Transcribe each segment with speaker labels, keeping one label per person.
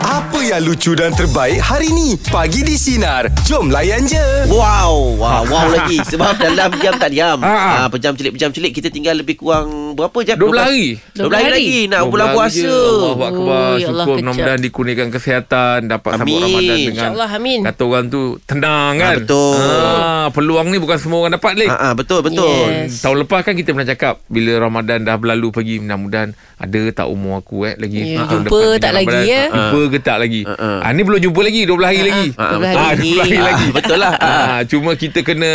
Speaker 1: Apa yang lucu dan terbaik hari ni? Pagi di Sinar. Jom layan je.
Speaker 2: Wow, wow, wow lagi sebab dalam jam tak diam.
Speaker 3: Ha, ha.
Speaker 2: Ha, pejam celik pejam celik kita tinggal lebih kurang berapa jam?
Speaker 3: 12 hari.
Speaker 2: 12 hari lagi nak bulan puasa.
Speaker 3: Allah Akbar
Speaker 4: Ui, Allah
Speaker 3: Syukur
Speaker 4: kejap.
Speaker 3: mudah-mudahan dikurniakan kesihatan Dapat sambut
Speaker 2: Amin.
Speaker 3: Ramadan dengan
Speaker 4: InsyaAllah amin
Speaker 3: Kata orang tu Tenang kan
Speaker 2: Ah, betul.
Speaker 3: ah, Peluang ni bukan semua orang dapat Lek
Speaker 2: Ha, ha, betul betul.
Speaker 4: Yes.
Speaker 3: Tahun lepas kan kita pernah cakap Bila Ramadan dah berlalu pergi Mudah-mudahan Ada tak umur aku eh Lagi
Speaker 4: Ya,
Speaker 3: Tahun
Speaker 4: jumpa
Speaker 3: depan
Speaker 4: tak
Speaker 3: punya
Speaker 4: lagi,
Speaker 3: Ramadan,
Speaker 4: ya?
Speaker 3: Jumpa ke tak lagi
Speaker 2: Ah, ah.
Speaker 3: ah, Ni belum jumpa lagi 12 hari lagi
Speaker 2: Ha,
Speaker 4: Dua belas
Speaker 2: betul.
Speaker 3: Ah,
Speaker 4: hari
Speaker 3: dua hari
Speaker 2: Ah,
Speaker 3: lagi.
Speaker 2: betul lah. Ha.
Speaker 3: Ah, cuma kita kena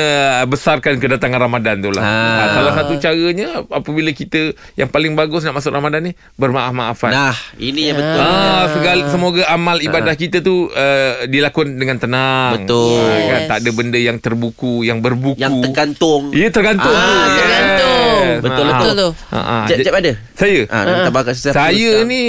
Speaker 3: besarkan kedatangan Ramadan tu lah.
Speaker 2: Ah.
Speaker 3: Ah, salah satu caranya apabila kita yang paling bagus nak masuk Ramadan ni bermaaf-maafan.
Speaker 2: Nah, ini yang betul.
Speaker 3: Ah, segala, semoga amal ibadah kita tu uh, dilakukan dengan tenang.
Speaker 2: Betul.
Speaker 3: Ah, kan?
Speaker 4: Yes.
Speaker 3: Tak ada benda yang terbuku, yang berbuku.
Speaker 2: Yang tergantung.
Speaker 3: Ya, tergantung.
Speaker 2: Ah,
Speaker 3: tu. Yes.
Speaker 4: tergantung.
Speaker 2: Betul,
Speaker 3: Ah.
Speaker 4: betul tu.
Speaker 3: Ah, ah.
Speaker 2: Jap jap ada.
Speaker 3: Saya?
Speaker 2: Ha,
Speaker 4: Ah.
Speaker 2: nak tambah kat sesiapa
Speaker 3: Saya
Speaker 2: sekarang.
Speaker 3: ni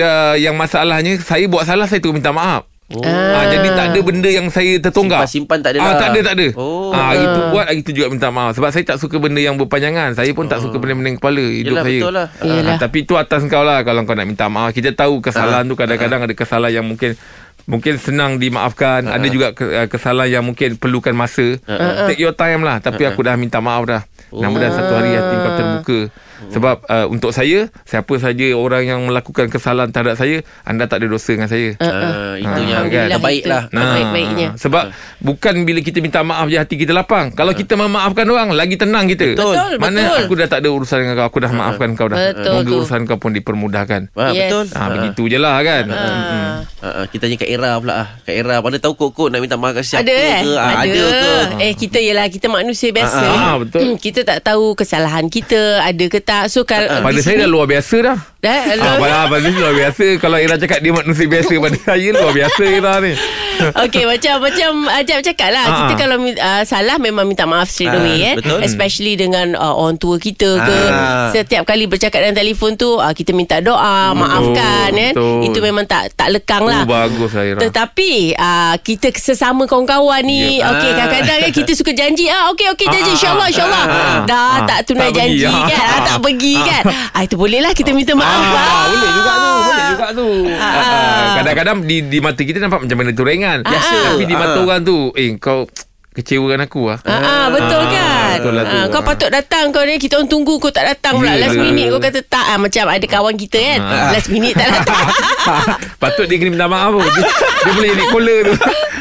Speaker 3: uh, yang masalahnya saya buat salah saya tu minta maaf. Oh. Ah, jadi tak ada benda yang saya tertonggak.
Speaker 2: Simpan-simpan tak ada
Speaker 3: Ah,
Speaker 2: lah.
Speaker 3: tak ada tak ada.
Speaker 2: Oh.
Speaker 3: Ah, hari tu buat hari tu juga minta maaf sebab saya tak suka benda yang berpanjangan. Saya pun tak suka benda pening kepala
Speaker 2: Oh. Yelah,
Speaker 3: hidup saya.
Speaker 2: betul lah.
Speaker 4: Yelah.
Speaker 3: tapi tu atas kau lah kalau kau nak minta maaf. Kita tahu kesalahan
Speaker 4: Ah,
Speaker 3: tu kadang-kadang ada kesalahan yang mungkin mungkin senang dimaafkan. Ada juga ke- ah, kesalahan yang mungkin perlukan masa.
Speaker 4: Ah,
Speaker 3: Take your time lah tapi aku dah minta maaf dah. Mudah-mudahan satu hari hati kau terbuka.
Speaker 4: Ah.
Speaker 3: Sebab uh, untuk saya siapa saja orang yang melakukan kesalahan terhadap saya anda tak ada dosa dengan saya.
Speaker 2: Ah, itu yang
Speaker 3: kan?
Speaker 2: terbaik lah.
Speaker 4: Baik-baiknya Ah.
Speaker 3: Sebab bukan bila kita minta maaf je hati kita lapang. Kalau kita memaafkan orang lagi tenang kita.
Speaker 2: Betul,
Speaker 4: Betul,
Speaker 3: Mana
Speaker 4: betul. Ah,
Speaker 3: aku dah tak ada urusan dengan kau, aku dah maafkan kau dah.
Speaker 4: Betul
Speaker 3: Moga
Speaker 4: tu.
Speaker 3: urusan kau pun dipermudahkan.
Speaker 2: Ha,
Speaker 4: Yes.
Speaker 2: betul.
Speaker 3: Ha, begitu je lah kan.
Speaker 4: Ah.
Speaker 2: Ha, ha, kita tanya Kak Era pula ah. Kak Era mana tahu kok-kok nak minta maaf kat siapa
Speaker 4: Ada eh?
Speaker 2: ke? Ha, ada ke?
Speaker 4: Eh kita ialah kita manusia biasa.
Speaker 3: Ah, ah, betul.
Speaker 4: Hmm, kita tak tahu kesalahan kita ada ke tak. So kalau
Speaker 3: Pada
Speaker 4: di
Speaker 3: saya dah
Speaker 4: sini-
Speaker 3: luar biasa dah.
Speaker 4: Dah Eh,
Speaker 3: Ah,
Speaker 4: luar-
Speaker 3: pada, pada saya luar biasa Kalau Ira cakap dia manusia biasa Pada saya luar biasa Ira ni
Speaker 4: Okey macam macam Ajab cakap lah
Speaker 3: Ah.
Speaker 4: Kita kalau uh, salah Memang minta maaf straight
Speaker 2: Ah,
Speaker 4: away eh.
Speaker 2: betul.
Speaker 4: Especially dengan uh, orang tua kita ke
Speaker 2: Ah.
Speaker 4: Setiap kali bercakap dalam telefon tu uh, Kita minta doa Maafkan eh.
Speaker 3: betul.
Speaker 4: Itu memang tak tak lekang
Speaker 3: Oh
Speaker 4: lah
Speaker 3: bagus lah Ira
Speaker 4: Tetapi uh, kita sesama kawan-kawan
Speaker 2: Ya.
Speaker 4: ni yeah. okey
Speaker 2: Ah.
Speaker 4: kadang-kadang kan kita suka janji ah okey okey janji
Speaker 3: Ah,
Speaker 4: insyaallah
Speaker 3: ah,
Speaker 4: insyaallah
Speaker 3: ah, ah.
Speaker 4: dah
Speaker 3: Ah,
Speaker 4: tak tunai
Speaker 3: tak
Speaker 4: janji
Speaker 3: pergi.
Speaker 4: kan ah,
Speaker 3: Ah.
Speaker 4: tak pergi kan ah itu bolehlah kita minta maaf
Speaker 3: Ah, boleh juga tu, boleh juga tu.
Speaker 4: Ah.
Speaker 3: Ah, Kadang-kadang di di mata kita nampak macam benda tu ringan.
Speaker 4: Biasa.
Speaker 3: Tapi di mata
Speaker 2: Ah.
Speaker 3: orang tu, eh kau kecewakan aku ah.
Speaker 4: Ah, ah, betul
Speaker 3: Ah,
Speaker 4: kan
Speaker 3: betul lah tu.
Speaker 4: ah, Kau
Speaker 3: Ah.
Speaker 4: patut datang Kau ni kita orang tunggu Kau tak datang pula
Speaker 3: Yelah.
Speaker 4: Last minute kau kata tak ah, Macam ada kawan kita kan
Speaker 3: Ah.
Speaker 4: Last minute tak datang
Speaker 3: Patut dia kena minta maaf pun. Dia, dia boleh jadi caller tu.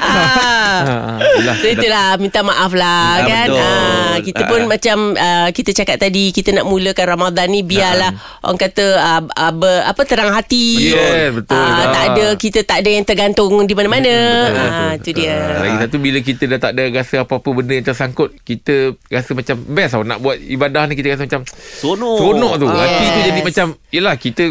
Speaker 4: ah.
Speaker 3: Ah, yelah.
Speaker 4: So itulah minta maaf lah
Speaker 2: Ah,
Speaker 4: kan.
Speaker 2: betul.
Speaker 4: Ah, kita pun
Speaker 2: Ah.
Speaker 4: macam ah, kita cakap tadi kita nak mulakan Ramadan ni biarlah orang kata ah, ah, ber, apa terang hati.
Speaker 3: Yes, betul.
Speaker 4: Ah, tak
Speaker 3: Ah.
Speaker 4: ada kita tak ada yang tergantung di mana-mana.
Speaker 3: Betul,
Speaker 4: Ah
Speaker 3: betul.
Speaker 4: tu dia.
Speaker 3: Ah, Lagi satu bila kita dah tak ada rasa apa-apa benda yang tersangkut, kita rasa macam best tau nak buat ibadah ni kita rasa macam
Speaker 2: Seronok.
Speaker 3: seronok tu.
Speaker 2: Ah.
Speaker 3: Hati tu
Speaker 4: Yes.
Speaker 3: jadi macam yelah kita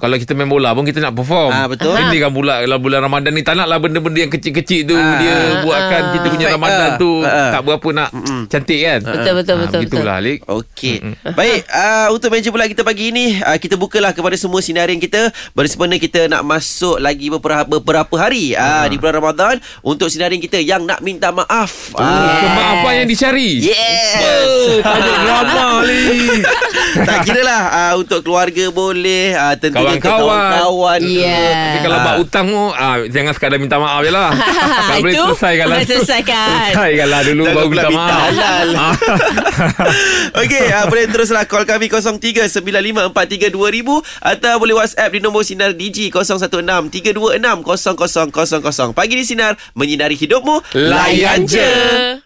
Speaker 3: kalau kita main bola pun kita nak perform.
Speaker 2: Ah, betul.
Speaker 3: Ini kan pula kalau bulan Ramadan ni tak naklah benda-benda yang kecil-kecil tu
Speaker 2: Ah.
Speaker 3: dia buatkan kita punya
Speaker 2: Perfect
Speaker 3: Ramadan
Speaker 2: lah.
Speaker 3: tu
Speaker 2: Ah.
Speaker 3: tak berapa nak cantik kan.
Speaker 4: Betul, betul,
Speaker 3: Ah,
Speaker 4: betul,
Speaker 3: Begitulah Alik.
Speaker 2: Okey. Baik, uh, untuk meja pula kita pagi ini, uh, kita bukalah kepada semua sinarin kita. Bersempena kita nak masuk lagi beberapa, beberapa hari uh, di bulan Ramadan untuk sinarin kita yang nak minta maaf.
Speaker 3: Oh,
Speaker 2: Ah.
Speaker 3: Kemaafan yang dicari.
Speaker 2: Yes.
Speaker 3: Ada drama Alik.
Speaker 2: tak kira lah uh, untuk keluarga boleh, uh, tentunya ke
Speaker 3: Kawan-kawan.
Speaker 2: kawan-kawan. ke.
Speaker 4: Yeah.
Speaker 3: Tapi kalau
Speaker 2: Ah.
Speaker 3: buat utang tu ah, Jangan sekadar minta maaf je lah Tak boleh
Speaker 4: Itu
Speaker 3: selesaikan lah
Speaker 4: boleh
Speaker 3: tu.
Speaker 4: selesaikan.
Speaker 3: Selesaikan lah dulu
Speaker 2: Jangan
Speaker 3: Baru
Speaker 2: pula
Speaker 3: minta
Speaker 2: minta
Speaker 3: maaf
Speaker 2: halal.
Speaker 3: Ah.
Speaker 2: Okey, uh, boleh teruslah call kami 0395432000 atau boleh WhatsApp di nombor sinar DG 0163260000. Pagi di sinar menyinari hidupmu.
Speaker 3: Layan je.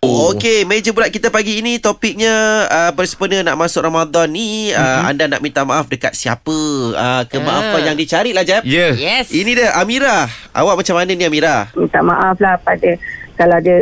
Speaker 2: Oh. Okey, meja bulat kita pagi ini topiknya uh, bersempena nak masuk Ramadan ni uh, mm-hmm. anda nak minta maaf dekat siapa? Uh, kemaafan
Speaker 4: Ah.
Speaker 2: yang dicari lah Jeb.
Speaker 3: Ya
Speaker 4: Yes.
Speaker 2: Ini dia Amira. Awak macam mana ni Amira?
Speaker 5: minta maaf lah pada kalau ada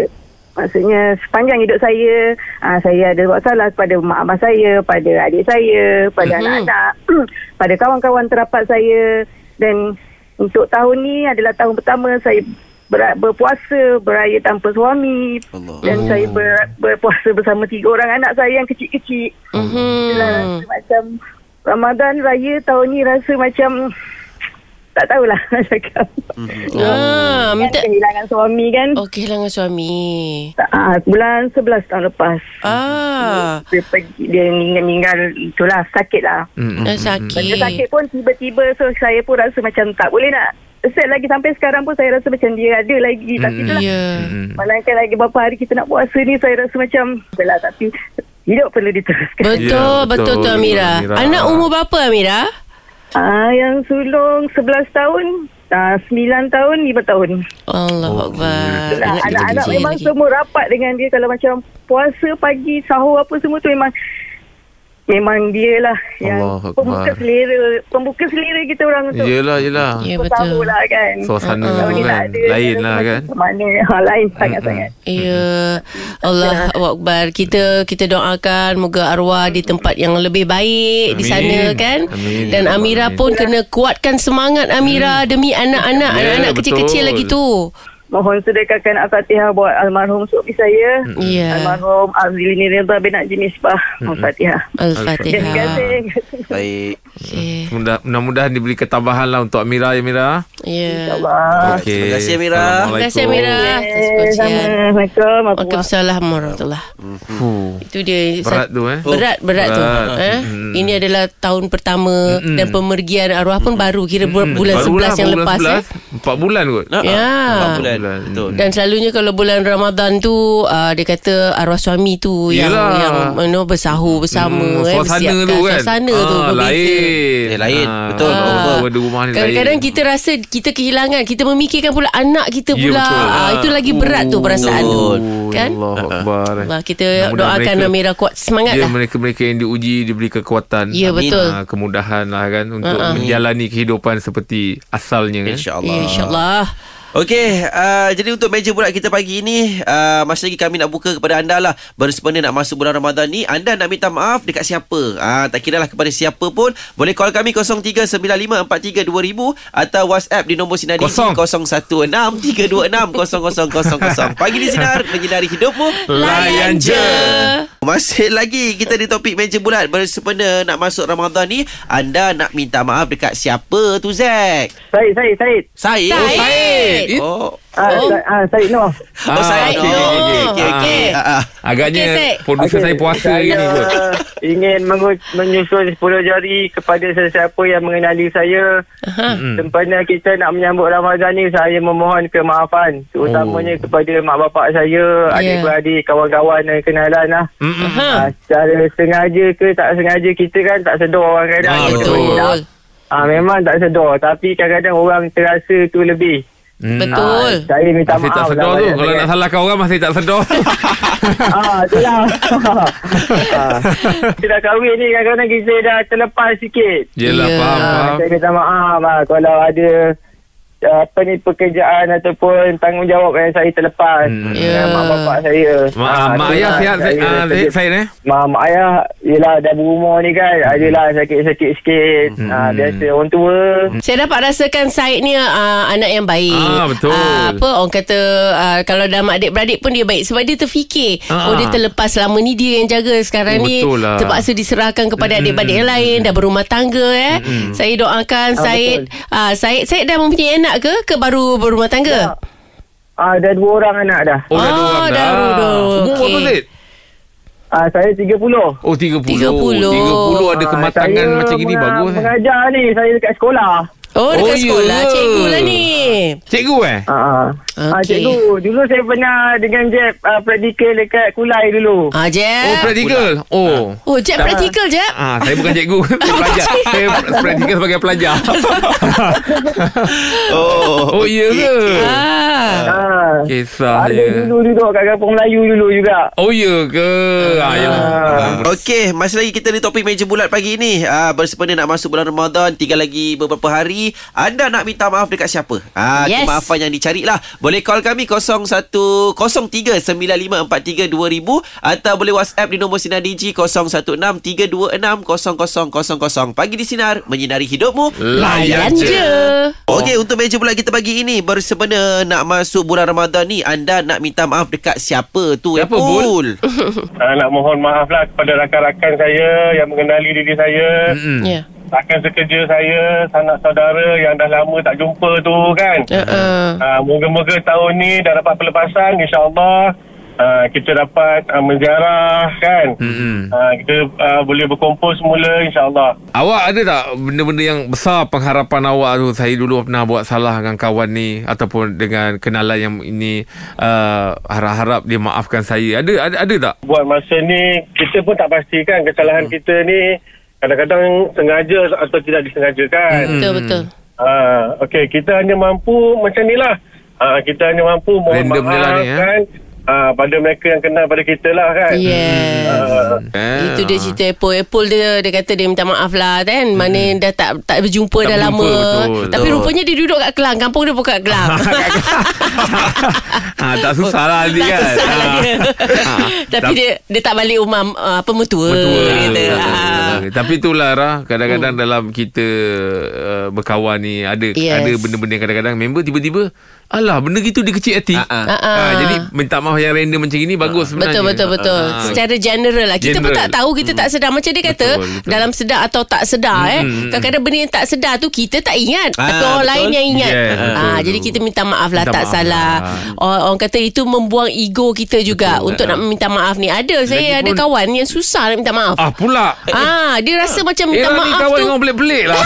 Speaker 5: maksudnya sepanjang hidup saya aa, saya ada buat salah kepada mak abang saya pada adik saya pada
Speaker 4: Mhm.
Speaker 5: anak-anak pada kawan-kawan terapat saya dan untuk tahun ni adalah tahun pertama saya ber, berpuasa beraya tanpa suami
Speaker 2: Allah.
Speaker 5: dan
Speaker 3: Oh.
Speaker 5: saya ber, berpuasa bersama tiga orang anak saya yang kecil-kecil
Speaker 4: Mhm.
Speaker 5: Rasa macam Ramadan Raya tahun ni rasa macam tak tahulah nak cakap
Speaker 3: Oh.
Speaker 4: Ah,
Speaker 5: kan
Speaker 4: minta
Speaker 5: kehilangan suami kan
Speaker 4: okey lah dengan suami.
Speaker 5: Ah, bulan 11 tahun lepas.
Speaker 4: Ah,
Speaker 5: Dia pergi dia meninggal, meninggal itulah sakit lah.
Speaker 3: Mm, mm,
Speaker 4: dah
Speaker 3: mm, mm.
Speaker 4: sakit.
Speaker 5: Dia sakit pun tiba-tiba so saya pun rasa macam tak boleh nak set lagi sampai sekarang pun saya rasa macam dia ada lagi tapi
Speaker 4: Ya.
Speaker 5: itulah
Speaker 4: Yeah.
Speaker 3: Mm-hmm.
Speaker 5: malangkan lagi berapa hari kita nak puasa ni saya rasa macam belah tapi hidup perlu diteruskan
Speaker 3: Ya,
Speaker 4: Betul, yeah, betul,
Speaker 3: betul,
Speaker 4: betul, Amira.
Speaker 3: Amira.
Speaker 4: Anak umur berapa Amira?
Speaker 5: ah yang sulung 11 tahun ah 9 tahun 5 tahun
Speaker 4: Allah oh, Akbar.
Speaker 5: Dah,
Speaker 4: kita
Speaker 5: anak-anak
Speaker 4: kecil
Speaker 5: memang
Speaker 4: lagi.
Speaker 5: semua rapat dengan dia kalau macam puasa pagi sahur apa semua tu memang memang dia lah yang
Speaker 3: Allah Akbar.
Speaker 5: pembuka selera pembuka selera kita orang untuk
Speaker 3: Yelah, yelah.
Speaker 4: Ya,
Speaker 5: betul.
Speaker 4: betul.
Speaker 5: lah kan
Speaker 3: Suasana
Speaker 5: Kalau
Speaker 3: tu
Speaker 5: ni tak
Speaker 3: kan.
Speaker 5: ada,
Speaker 3: Lain
Speaker 5: dia
Speaker 3: lah
Speaker 5: macam
Speaker 3: kan.
Speaker 5: mana ha, lain sangat-sangat
Speaker 4: Ya Allah Akbar Kita kita doakan Moga arwah di tempat yang lebih baik Di
Speaker 3: Amin.
Speaker 4: sana kan
Speaker 3: Amin.
Speaker 4: Dan Amira
Speaker 3: Amin.
Speaker 5: Ya.
Speaker 4: pun kena kuatkan semangat Amira Demi anak-anak
Speaker 3: Ya,
Speaker 4: Anak-anak
Speaker 3: betul. Hmm.
Speaker 4: kecil-kecil lagi tu
Speaker 5: mohon sedekahkan Al-Fatihah buat almarhum suami saya
Speaker 4: Ya.
Speaker 5: almarhum Azlini Reza bin Najib Misbah Al-Fatihah terima
Speaker 4: Al-Fatihah
Speaker 5: kasih
Speaker 2: Baik.
Speaker 4: Okey.
Speaker 3: Mudah- Mudah-mudahan diberi ketabahan lah untuk Amira ya Mira.
Speaker 4: Ya
Speaker 5: Allah
Speaker 3: Okey.
Speaker 2: terima kasih, Amira.
Speaker 4: Terima kasih Amira Atas perkongsian
Speaker 5: Assalamualaikum Waalaikumsalam.
Speaker 4: Waalaikumsalam warahmatullahi
Speaker 3: Fuh.
Speaker 4: Itu dia
Speaker 3: Berat tu, eh?
Speaker 4: Berat berat, tu.
Speaker 3: Berat. Hmm.
Speaker 4: Eh?
Speaker 3: Mm.
Speaker 4: Ini adalah tahun pertama dan pemergian arwah pun
Speaker 3: Hmm.
Speaker 4: baru kira bu- bulan
Speaker 3: Barulah
Speaker 4: 11 yang
Speaker 3: lah, bulan
Speaker 4: lepas eh.
Speaker 3: 11, Empat bulan kot.
Speaker 2: Nak
Speaker 4: Ya.
Speaker 2: Empat bulan.
Speaker 3: Bulan.
Speaker 2: Betul.
Speaker 4: Dan selalunya kalau bulan Ramadan tu uh, dia kata arwah suami tu
Speaker 3: Yelah.
Speaker 4: yang yang you know, bersahur bersama
Speaker 3: Hmm,
Speaker 4: eh
Speaker 3: suasana
Speaker 4: bersiapkan
Speaker 3: tu kan.
Speaker 4: suasana tu
Speaker 3: Ah,
Speaker 4: berbeza.
Speaker 2: Eh,
Speaker 3: Lain.
Speaker 2: lain. Betul.
Speaker 3: Ah,
Speaker 2: Over.
Speaker 3: Over di rumah ni
Speaker 4: Kadang-kadang
Speaker 3: lain.
Speaker 4: kita rasa kita kehilangan, kita memikirkan pula anak kita
Speaker 3: Ya,
Speaker 4: pula.
Speaker 3: betul.
Speaker 4: Ah, itu lagi berat tu perasaan tu. Kan?
Speaker 3: Allah Akbar. eh.
Speaker 4: Allah, kita
Speaker 3: Mudah-mudahan
Speaker 4: doakan
Speaker 3: mereka-
Speaker 4: Amira kuat semangat
Speaker 3: Ya
Speaker 4: lah.
Speaker 3: mereka-mereka yang diuji diberi kekuatan
Speaker 4: Ya, betul.
Speaker 3: Ah, Kemudahan lah kan Untuk menjalani kehidupan seperti asalnya kan
Speaker 2: InsyaAllah.
Speaker 4: Ya, InsyaAllah.
Speaker 2: Okey, uh, jadi untuk meja bulat kita pagi ini, uh, masih lagi kami nak buka kepada anda lah. Bersempena nak masuk bulan Ramadan ni, anda nak minta maaf dekat siapa? Ah, tak kira lah kepada siapa pun. Boleh call kami 0395432000 atau WhatsApp di nombor Sinar Digi
Speaker 3: Kosong.
Speaker 2: 0163260000. Pagi di Sinar, menyinari hidupmu.
Speaker 3: Layan je.
Speaker 2: Masih lagi kita di topik meja bulat bersempena nak masuk Ramadan ni, anda nak minta maaf dekat siapa tu Zack?
Speaker 5: Said Said Said
Speaker 2: Said.
Speaker 4: Said.
Speaker 2: Said. Oh.
Speaker 5: ah,
Speaker 4: Oh.
Speaker 5: Sa- ah, Said Noh
Speaker 2: Oh,
Speaker 3: Ah,
Speaker 2: Said.
Speaker 3: okey,
Speaker 2: Oh,
Speaker 3: okey, okey.
Speaker 2: okey, okey.
Speaker 4: Ah.
Speaker 2: Ah, ah.
Speaker 3: Agaknya
Speaker 4: Okey, Syed.
Speaker 3: Produser
Speaker 5: Okey,
Speaker 3: saya puasa hari ni kot
Speaker 5: ingin mengu- menyusun 10 jari kepada sesiapa yang mengenali saya. Sempena kita nak menyambut Ramadan ni, saya memohon kemaafan. Terutamanya oh. kepada mak bapak saya,
Speaker 4: Ya.
Speaker 5: yeah. adik-beradik, kawan-kawan dan kenalan lah.
Speaker 4: Aha.
Speaker 5: Ha, secara sengaja ke tak sengaja, kita kan tak sedar orang kadang.
Speaker 3: Ah,
Speaker 5: Kita
Speaker 4: Betul.
Speaker 5: boleh nak- Ah, memang tak sedar. Tapi kadang-kadang orang terasa tu lebih.
Speaker 3: Hmm.
Speaker 4: Betul.
Speaker 5: Ah, saya minta
Speaker 3: Masih
Speaker 5: maaf
Speaker 3: tak sedar tu
Speaker 5: banyak
Speaker 3: Kalau
Speaker 5: sangat.
Speaker 3: nak salahkan orang Masih tak sedar
Speaker 5: Ah, itulah. ah. Kita dah kahwin ni kadang-kadang kita dah terlepas sikit.
Speaker 3: Yelah
Speaker 4: Ya.
Speaker 3: faham,
Speaker 5: Ah,
Speaker 3: faham.
Speaker 5: saya minta maaf ah, kalau ada ah, apa ni pekerjaan ataupun tanggungjawab yang saya terlepas
Speaker 3: Hmm.
Speaker 5: hmm.
Speaker 4: Ya.
Speaker 5: dengan mak bapak saya.
Speaker 3: Mak, ah, mak
Speaker 5: itulah
Speaker 3: ayah sihat
Speaker 5: saya
Speaker 3: ah,
Speaker 5: sedih.
Speaker 3: Zaid Syed eh
Speaker 5: Mak, mak ayah Yelah dah berumur ni kan Adalah sakit-sakit sikit
Speaker 3: Hmm.
Speaker 5: ah, Biasa orang tua
Speaker 4: Saya dapat rasakan Syed ni uh, anak yang baik.
Speaker 3: Ah, betul.
Speaker 4: Ah, apa orang kata uh, kalau dah mak adik-beradik pun dia baik sebab dia terfikir.
Speaker 3: Ah.
Speaker 4: Oh dia terlepas selama ni dia yang jaga
Speaker 3: Oh,
Speaker 4: sekarang ni
Speaker 3: betul lah.
Speaker 4: terpaksa diserahkan kepada adik-beradik yang lain dah berumah tangga eh. Saya doakan
Speaker 5: Ah,
Speaker 4: Syed ah, Syed Syed dah mempunyai anak ke ke baru berumah tangga?
Speaker 5: ah, Dah dua orang anak dah
Speaker 3: Oh, dah dua
Speaker 4: Oh,
Speaker 3: orang
Speaker 4: dah dua orang.
Speaker 3: Umur
Speaker 4: Okey.
Speaker 3: berapa Zaid?
Speaker 5: ah, Saya 30
Speaker 3: Oh 30
Speaker 4: 30.
Speaker 3: 30 ada kematangan
Speaker 5: saya
Speaker 3: macam gini
Speaker 5: menga-
Speaker 3: Bagus eh
Speaker 5: Mengajar ni Saya dekat sekolah
Speaker 4: Oh dekat
Speaker 3: Oh, ya.
Speaker 4: sekolah cikgu lah ni.
Speaker 3: Cikgu eh?
Speaker 5: Ah, ah. ah
Speaker 4: Okey.
Speaker 5: cikgu, dulu saya pernah dengan Jeb ah, praktikal dekat Kulai dulu.
Speaker 4: Ah Jeb.
Speaker 3: Oh praktikal Oh
Speaker 4: Oh Jeb praktikal Jeb.
Speaker 3: Ah, saya bukan cikgu Saya pelajar Saya praktikal sebagai pelajar
Speaker 2: Oh.
Speaker 3: Oh iya ke?
Speaker 4: Ah.
Speaker 5: Ah.
Speaker 3: Kisah
Speaker 5: Ada
Speaker 3: dia
Speaker 5: dulu duduk kat kampung Melayu dulu juga.
Speaker 3: Oh iya ke? Ah, yalah.
Speaker 2: Okey, masih lagi kita di topik meja bulat pagi ini. Ah bersempena nak masuk bulan Ramadan, tinggal lagi beberapa hari. Anda nak minta maaf dekat siapa? Ah
Speaker 4: Yes.
Speaker 2: kemaafan yang dicari lah. Boleh call kami 010395432000 atau boleh WhatsApp di nombor Sinar Digi 0163260000. Pagi di Sinar, menyinari hidupmu.
Speaker 4: Layan je.
Speaker 2: Okey untuk meja bulat kita pagi ini bersempena nak masuk bulan Ramadan ni anda nak minta maaf dekat siapa tu
Speaker 3: Siapa,
Speaker 2: Epul?
Speaker 6: uh, nak mohon maaf lah kepada rakan-rakan saya yang mengenali diri saya,
Speaker 3: Mm-mm.
Speaker 4: Ya.
Speaker 6: rakan sekerja saya, sanak saudara yang dah lama tak jumpa tu kan. Ah,
Speaker 4: Uh,
Speaker 6: Uh, moga-moga tahun ni dah dapat pelepasan insyaAllah. uh, kita dapat uh, menziarah kan. Hmm. Uh, kita uh, boleh berkumpul semula insyaAllah.
Speaker 3: Awak ada tak benda-benda yang besar pengharapan awak tu? Saya dulu pernah buat salah dengan kawan ni ataupun dengan kenalan yang ini uh, harap-harap dia maafkan saya. Ada ada, ada tak?
Speaker 6: Buat masa ni kita pun tak pastikan kesalahan hmm. kita ni kadang-kadang sengaja atau tidak disengajakan. Hmm.
Speaker 4: Betul betul.
Speaker 6: Ah, okey, kita hanya mampu macam ni lah. Ah, kita hanya mampu mohon
Speaker 3: Random ni
Speaker 6: maaf
Speaker 3: lah
Speaker 6: lah
Speaker 3: ni, eh.
Speaker 6: kan. Ah, pada mereka yang kenal pada kita lah kan.
Speaker 4: Yes.
Speaker 6: Ah,
Speaker 3: Eh.
Speaker 4: Itu dia cerita Apple Apple dia Dia kata dia minta maaf lah kan Mana dah tak tak berjumpa
Speaker 3: Hmm. Tak
Speaker 4: dah
Speaker 3: berjumpa,
Speaker 4: lama
Speaker 3: betul.
Speaker 4: Tapi
Speaker 3: Betul.
Speaker 4: rupanya dia duduk kat Kelang Kampung dia bukan kat Kelang
Speaker 3: ha, tak susah lah Aldi
Speaker 4: Tak
Speaker 3: kan.
Speaker 4: susah lah
Speaker 3: Ah.
Speaker 4: dia
Speaker 3: Ah.
Speaker 4: Tapi
Speaker 3: Tap-
Speaker 4: dia dia tak balik rumah ah, Apa mertua
Speaker 3: Betul.
Speaker 4: dia kata.
Speaker 3: Betul.
Speaker 4: Ah.
Speaker 3: Betul. Tapi itulah Rah Kadang-kadang dalam kita uh, Berkawan ni Ada
Speaker 4: Hmm. Yes.
Speaker 3: ada benda-benda yang kadang-kadang Member tiba-tiba Alah benda gitu dia kecil hati
Speaker 2: Ah, ah.
Speaker 4: Ah, ah.
Speaker 3: Ah, Jadi minta maaf yang random macam ini Bagus sebenarnya
Speaker 4: Betul betul betul.
Speaker 3: Ah, ah.
Speaker 4: Secara general lah. Kita
Speaker 3: General.
Speaker 4: pun
Speaker 3: Hmm.
Speaker 4: tak tahu kita tak sedar macam dia kata
Speaker 3: Betul, Hmm, betul.
Speaker 4: dalam sedar atau tak sedar eh. Kadang-kadang benda yang tak sedar tu kita tak ingat
Speaker 2: Ah,
Speaker 4: tapi orang
Speaker 2: betul.
Speaker 4: lain yang ingat.
Speaker 3: Yes,
Speaker 4: Ah,
Speaker 3: betul.
Speaker 4: jadi kita minta maaf lah
Speaker 3: Minta
Speaker 4: tak
Speaker 3: maaf
Speaker 4: salah.
Speaker 3: lah.
Speaker 4: Orang, orang kata itu membuang ego kita juga untuk nak minta maaf ni. Ada saya ada
Speaker 3: Lagipun-
Speaker 4: kawan yang susah nak minta maaf.
Speaker 3: Ah pula
Speaker 4: Ah, dia rasa macam
Speaker 3: Eh
Speaker 4: minta
Speaker 3: Rah ni
Speaker 4: maaf
Speaker 3: kawan
Speaker 4: tu
Speaker 3: kau pelik-pelik lah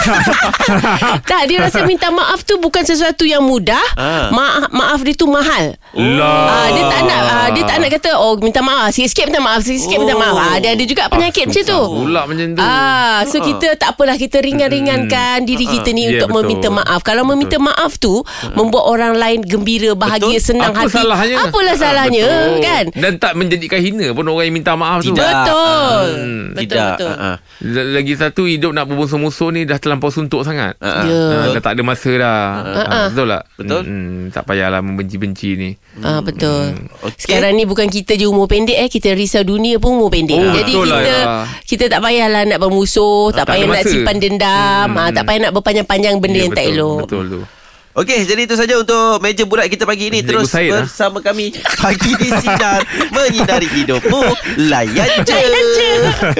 Speaker 4: tak dia rasa minta maaf tu bukan sesuatu yang mudah.
Speaker 2: Ah.
Speaker 4: Ma- maaf dia tu mahal.
Speaker 3: Lah.
Speaker 4: Ah, dia tak nak ah, dia tak nak kata oh minta maaf sikit-sikit minta maaf sikit-sikit minta maaf. Ah, dia ada juga
Speaker 3: Ah,
Speaker 4: penyakit macam tu.
Speaker 3: susah pula macam tu.
Speaker 4: Ah, so kita tak apalah kita ringan-ringankan diri kita ni
Speaker 3: Ya, betul.
Speaker 4: untuk
Speaker 3: Hmm.
Speaker 4: meminta maaf. Kalau meminta maaf tu membuat orang lain gembira, bahagia,
Speaker 2: Betul.
Speaker 4: senang
Speaker 3: Apa
Speaker 4: hati.
Speaker 3: salahnya
Speaker 4: Apalah
Speaker 3: Ah,
Speaker 4: salahnya
Speaker 3: betul. Ah,
Speaker 4: kan?
Speaker 3: Dan tak menjadikan hina pun Orang yang minta maaf tu
Speaker 2: Tidak.
Speaker 4: Betul.
Speaker 3: hmm.
Speaker 4: Betul
Speaker 2: Tidak.
Speaker 4: betul.
Speaker 2: Ah, ah.
Speaker 3: L- Lagi satu Hidup nak bermusuh-musuh ni Dah terlampau suntuk sangat
Speaker 2: Ah, ah.
Speaker 4: Ya.
Speaker 3: Ah, dah tak ada masa dah. Ah, betul tak?
Speaker 2: Betul.
Speaker 3: Mm, tak payahlah membenci-benci ni.
Speaker 4: Ah betul.
Speaker 3: Hmm.
Speaker 2: Okey.
Speaker 4: Sekarang ni bukan kita je umur pendek eh, kita risau dunia pun umur pendek.
Speaker 3: Oh,
Speaker 4: Jadi
Speaker 3: betul lah,
Speaker 4: kita
Speaker 3: ya.
Speaker 4: kita tak payahlah nak bermusuh,
Speaker 3: tak
Speaker 4: tak, payah
Speaker 3: ada
Speaker 4: nak
Speaker 3: masa. Hmm,
Speaker 4: simpan dendam, ah, tak payah nak berpanjang-panjang benda
Speaker 3: Ya,
Speaker 4: yang tak
Speaker 3: betul,
Speaker 4: elok.
Speaker 3: Betul tu.
Speaker 2: Okey, jadi itu saja untuk meja bulat kita pagi ini.
Speaker 3: Cikgu
Speaker 2: Terus
Speaker 3: Syed, ah.
Speaker 2: bersama kami pagi di sinar menyinari hidupmu. Layan je.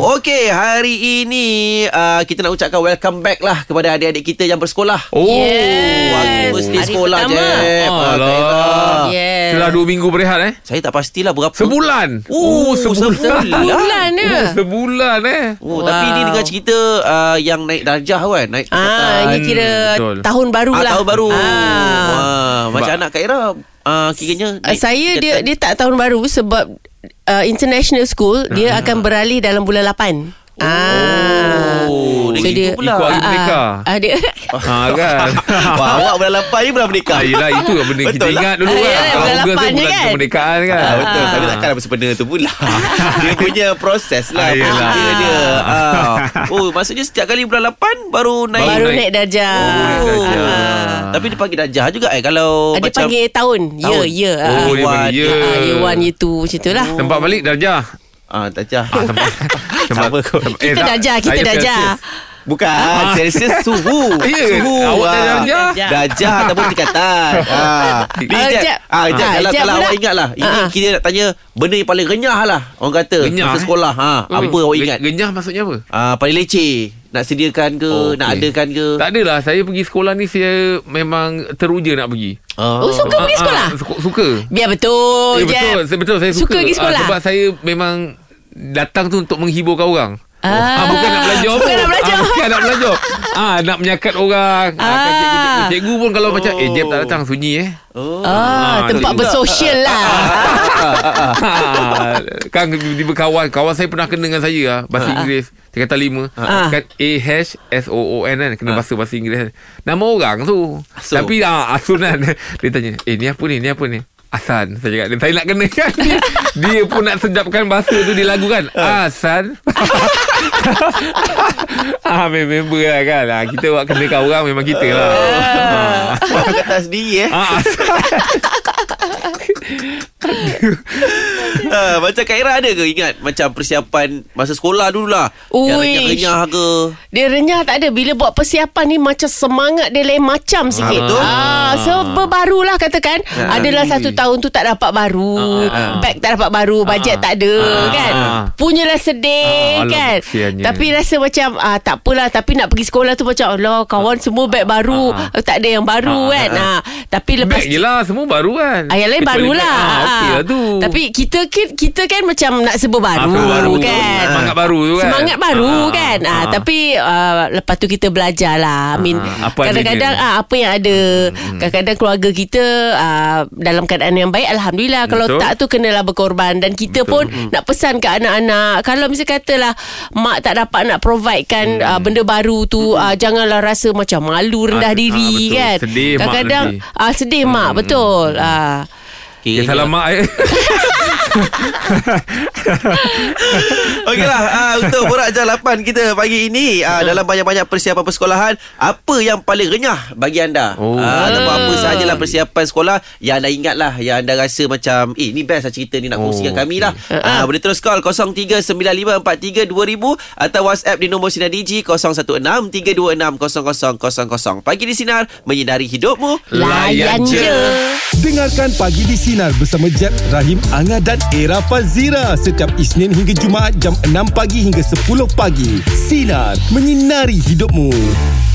Speaker 2: Okey, hari ini uh, kita nak ucapkan welcome back lah kepada adik-adik kita yang bersekolah.
Speaker 3: Oh.
Speaker 4: Yes.
Speaker 2: Waktu mesti
Speaker 4: Hari
Speaker 2: sekolah je.
Speaker 4: pertama.
Speaker 2: Ah,
Speaker 3: Alah.
Speaker 2: Khairah.
Speaker 4: Yes.
Speaker 3: Setelah dua minggu berehat eh.
Speaker 2: Saya tak pastilah berapa.
Speaker 3: Sebulan.
Speaker 2: Oh, sebulan.
Speaker 4: Bulan ya.
Speaker 3: Oh, sebulan eh.
Speaker 2: Oh,
Speaker 4: Wow.
Speaker 2: tapi ini dengan cerita uh, yang naik darjah kan, naik
Speaker 4: Ah,
Speaker 2: tingkatan.
Speaker 4: ini kira
Speaker 3: Betul.
Speaker 4: tahun baru
Speaker 2: Ah,
Speaker 4: lah.
Speaker 2: tahun baru.
Speaker 4: Ah.
Speaker 2: Wah, macam anak Kak Ira uh, kiranya
Speaker 4: Ah,
Speaker 2: naik
Speaker 4: Saya dia
Speaker 2: tingkatan.
Speaker 4: dia tak tahun baru sebab uh, international school
Speaker 3: Hmm,
Speaker 4: dia akan beralih dalam bulan 8. Oh, ah.
Speaker 2: Oh, dia gitu pula.
Speaker 3: Ikut hari
Speaker 4: Ah, ah.
Speaker 3: merdeka.
Speaker 4: Ah, dia
Speaker 3: Ha kan.
Speaker 2: Wah, awak bulan lapan ni bulan merdeka.
Speaker 3: Ah, yelah itu yang benda kita
Speaker 2: Betul lah.
Speaker 3: ingat dulu
Speaker 4: Ah,
Speaker 3: kan.
Speaker 4: yelah, bulan
Speaker 3: Ogos tu
Speaker 4: lapan je
Speaker 3: bulan
Speaker 4: kan.
Speaker 3: kemerdekaan kan.
Speaker 2: Ah, betul. Tapi takkan apa sempena tu pula. dia punya proses lah.
Speaker 3: Ah, yelah.
Speaker 2: Prosedur dia. Ah. Oh, maksudnya setiap kali bulan 8 baru naik.
Speaker 3: naik.
Speaker 4: Baru
Speaker 3: Oh,
Speaker 4: naik darjah.
Speaker 3: naik darjah.
Speaker 4: Ah.
Speaker 2: Tapi dia panggil darjah juga eh kalau
Speaker 4: Ada
Speaker 2: macam
Speaker 4: panggil tahun. Ya,
Speaker 2: Tahun.
Speaker 4: ya.
Speaker 3: Oh, dia
Speaker 2: Year
Speaker 3: bagi
Speaker 2: one.
Speaker 3: ya. Oh.
Speaker 4: Ah, year one, year two macam tu lah.
Speaker 3: Tempat balik darjah.
Speaker 2: ah darjah.
Speaker 3: Tempat, Eh,
Speaker 4: Kita darjah, kita darjah.
Speaker 2: Bukan Celsius suhu
Speaker 3: Ah. Ya,
Speaker 2: Suhu ah,
Speaker 3: awak dah Eh, darjah.
Speaker 2: Darjah ataupun tingkatan ah. Ni
Speaker 4: Ah,
Speaker 2: Jeb
Speaker 4: Jeb.
Speaker 2: ah, Jeb,
Speaker 4: Ah,
Speaker 2: Kalau,
Speaker 4: Jeb
Speaker 2: kalau
Speaker 4: pula.
Speaker 2: awak ingat lah Ini
Speaker 4: Ah.
Speaker 2: kita nak tanya Benda yang paling renyah lah Orang kata
Speaker 3: Renyah,
Speaker 2: Masa
Speaker 3: eh?
Speaker 2: sekolah ha. Apa
Speaker 4: Oh,
Speaker 2: awak ingat
Speaker 3: Renyah maksudnya apa?
Speaker 2: Ah, paling leceh Nak sediakan ke
Speaker 3: Oh,
Speaker 2: Nak
Speaker 3: okey.
Speaker 2: adakan ke
Speaker 3: Tak adalah Saya pergi sekolah ni Saya memang teruja nak pergi
Speaker 2: Ah.
Speaker 4: Oh, suka
Speaker 3: Ah,
Speaker 4: pergi
Speaker 3: ah,
Speaker 4: sekolah?
Speaker 3: suka, suka.
Speaker 4: Biar
Speaker 3: Eh,
Speaker 4: betul, je.
Speaker 3: betul, saya, betul saya suka.
Speaker 4: Oh, Suka pergi sekolah?
Speaker 3: Ah, sebab saya memang datang tu untuk menghiburkan orang.
Speaker 4: Ah.
Speaker 3: ah bukan nak belajar
Speaker 4: Bukan nak belajar.
Speaker 3: Ah, bukan nak belajar. Ah nak menyakat orang. Ah, kan
Speaker 4: Ah.
Speaker 3: cikgu, cikgu, cikgu pun kalau macam eh Jeb tak datang sunyi eh.
Speaker 2: Oh.
Speaker 4: Ah, tempat
Speaker 3: Ah,
Speaker 4: bersosial lah.
Speaker 3: Ah, kan tiba-tiba kawan Kawan saya pernah kena dengan saya ah, Bahasa Inggeris Tingkatan lima
Speaker 4: Ah.
Speaker 3: Kan A-H-S-O-O-N kan Kena bahasa bahasa Inggeris kan. Nama orang tu
Speaker 2: Asun.
Speaker 3: Tapi ah, Asun kan Dia tanya Eh ni apa ni Ni apa ni Asan Saya cakap dia, Saya nak kena kan dia, dia pun nak sedapkan bahasa tu Dia lagu kan Asan Ah, member lah kan ah, Kita buat kena kat orang Memang kita lah ah.
Speaker 2: Wah, kata sendiri eh
Speaker 3: Ah, Asan
Speaker 2: ah, Macam Kak Ira ada ke ingat Macam persiapan Masa sekolah dulu lah Yang
Speaker 4: Ui.
Speaker 2: renyah-renyah ke
Speaker 4: Dia renyah tak ada Bila buat persiapan ni Macam semangat dia lain macam sikit
Speaker 2: betul.
Speaker 4: ah, So berbarulah katakan
Speaker 3: Ah,
Speaker 4: Adalah satu tahun tu tak dapat baru Bag tak dapat baru Bajet tak ada kan
Speaker 3: ah.
Speaker 4: Punyalah sedih
Speaker 3: Ah, alah,
Speaker 4: kan
Speaker 3: kesiannya.
Speaker 4: Tapi rasa macam ah, Tak
Speaker 3: ah,
Speaker 4: apalah Tapi nak pergi sekolah tu macam Allah kawan semua bag baru Tak ada yang baru kan ah. Tapi lepas
Speaker 3: Back je lah Semua baru kan
Speaker 4: Ah, yang lain
Speaker 3: Kecuali
Speaker 4: barulah.
Speaker 3: bag. ah, Okey lah tu
Speaker 4: Tapi kita kita, kita kan macam nak sebut
Speaker 3: Ah,
Speaker 4: baru,
Speaker 3: sebab baru
Speaker 4: kan.
Speaker 3: Semangat baru tu kan
Speaker 4: Semangat baru ah, kan. Ah,
Speaker 3: ah.
Speaker 4: tapi ah, lepas tu kita belajar lah. I mean
Speaker 3: Ah, apa
Speaker 4: kadang-kadang
Speaker 3: adanya. Hmm,
Speaker 4: ah, apa yang ada. Kadang-kadang keluarga kita ah, dalam keadaan yang baik alhamdulillah. Kalau
Speaker 3: Betul.
Speaker 4: tak tu kenalah berkorban dan kita
Speaker 3: Betul. Hmm.
Speaker 4: pun nak pesan ke anak-anak kalau misalnya katalah mak tak dapat nak providekan
Speaker 3: Hmm.
Speaker 4: ah, benda baru tu ah, janganlah rasa macam malu rendah
Speaker 3: Ah,
Speaker 4: diri
Speaker 3: betul.
Speaker 4: kan.
Speaker 3: Sedih mak
Speaker 4: kadang-kadang
Speaker 3: lebih. Hmm,
Speaker 4: ah, sedih mak betul. Ah.
Speaker 3: Ya salam mak eh
Speaker 2: Okeylah uh, Untuk Borak Jam 8 kita pagi ini uh,
Speaker 3: Hmm.
Speaker 2: Dalam banyak-banyak persiapan persekolahan Apa yang paling renyah bagi anda?
Speaker 3: Oh.
Speaker 2: Ah, dalam apa sahajalah persiapan sekolah Yang anda ingat lah Yang anda rasa macam Eh ni best lah cerita ni nak
Speaker 3: Oh,
Speaker 2: kongsikan kami lah Ah, Boleh terus call 0395432000 Atau WhatsApp di nombor Sinar Digi 0163260000 Pagi di Sinar Menyinari hidupmu
Speaker 4: Layan je.
Speaker 1: Dengarkan Pagi di Sinar bersama Jeb, Rahim, Anga dan Era Fazira setiap Isnin hingga Jumaat jam 6 pagi hingga 10 pagi. Sinar, menyinari hidupmu.